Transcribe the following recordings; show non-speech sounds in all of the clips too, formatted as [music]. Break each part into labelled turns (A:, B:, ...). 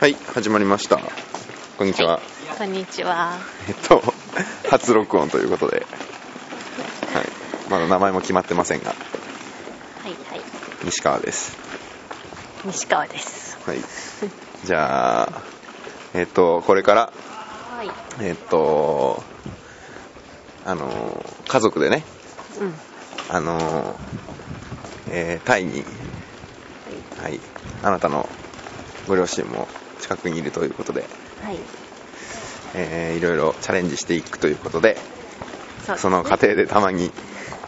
A: はい、始まりました。こんにちは。
B: こんにちは。
A: えっと、初録音ということで、はい、まだ名前も決まってませんが、
B: はいはい。
A: 西川です。
B: 西川です。
A: はい。じゃあ、えっと、これから、
B: はい。
A: えっと、あの、家族でね、
B: うん。
A: あの、えータイに、はい、あなたのご両親も近くにいるということで、
B: はい。
A: えーいろいろチャレンジしていくということで、
B: そう
A: その過程でたまに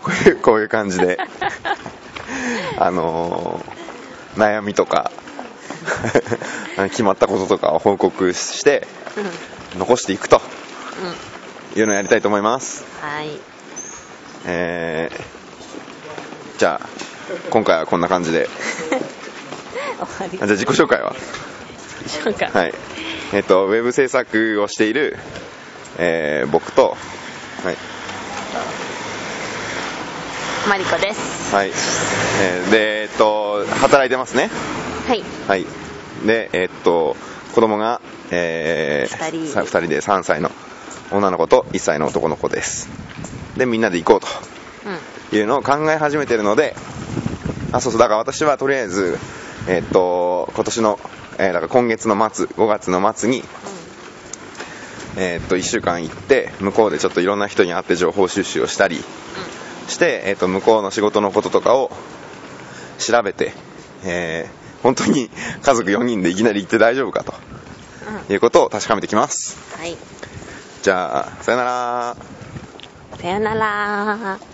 A: こういうこういう感じ
B: [laughs]
A: であのー悩みとか [laughs] 決まったこととかを報告して
B: うん。うん。
A: 残していくというのをやりたいと思います、
B: はい。
A: えーじゃあ今回はこんな感じで
B: 終
A: あ
B: わり
A: じゃあ自己紹介は
B: でしょうか。
A: はいえっ、とウェブ制作をしている、えー僕とはい
B: マリコです。
A: はい、えーでえっ、と働いてますね
B: はい。
A: はい。で、えーっと、子供が、えー、
B: 二人
A: さ二人で3歳の女の子と1歳の男の子です。で、みんなで行こう
B: うん。
A: というのを考え始めてるので、あ、そうそう、だから私はとりあえず、えーっと、今年の、えーだから今月の末、5月の末に、えーっと、1週間行って、向こうでちょっといろんな人に会って情報収集をしたりして、えーっと、向こうの仕事のこととかを調べて、えー本当に家族4人でいきなり行って大丈夫かと。
B: うん。うん。
A: いうことを確かめてきます
B: はい。
A: じゃあさよなら
B: さよなら。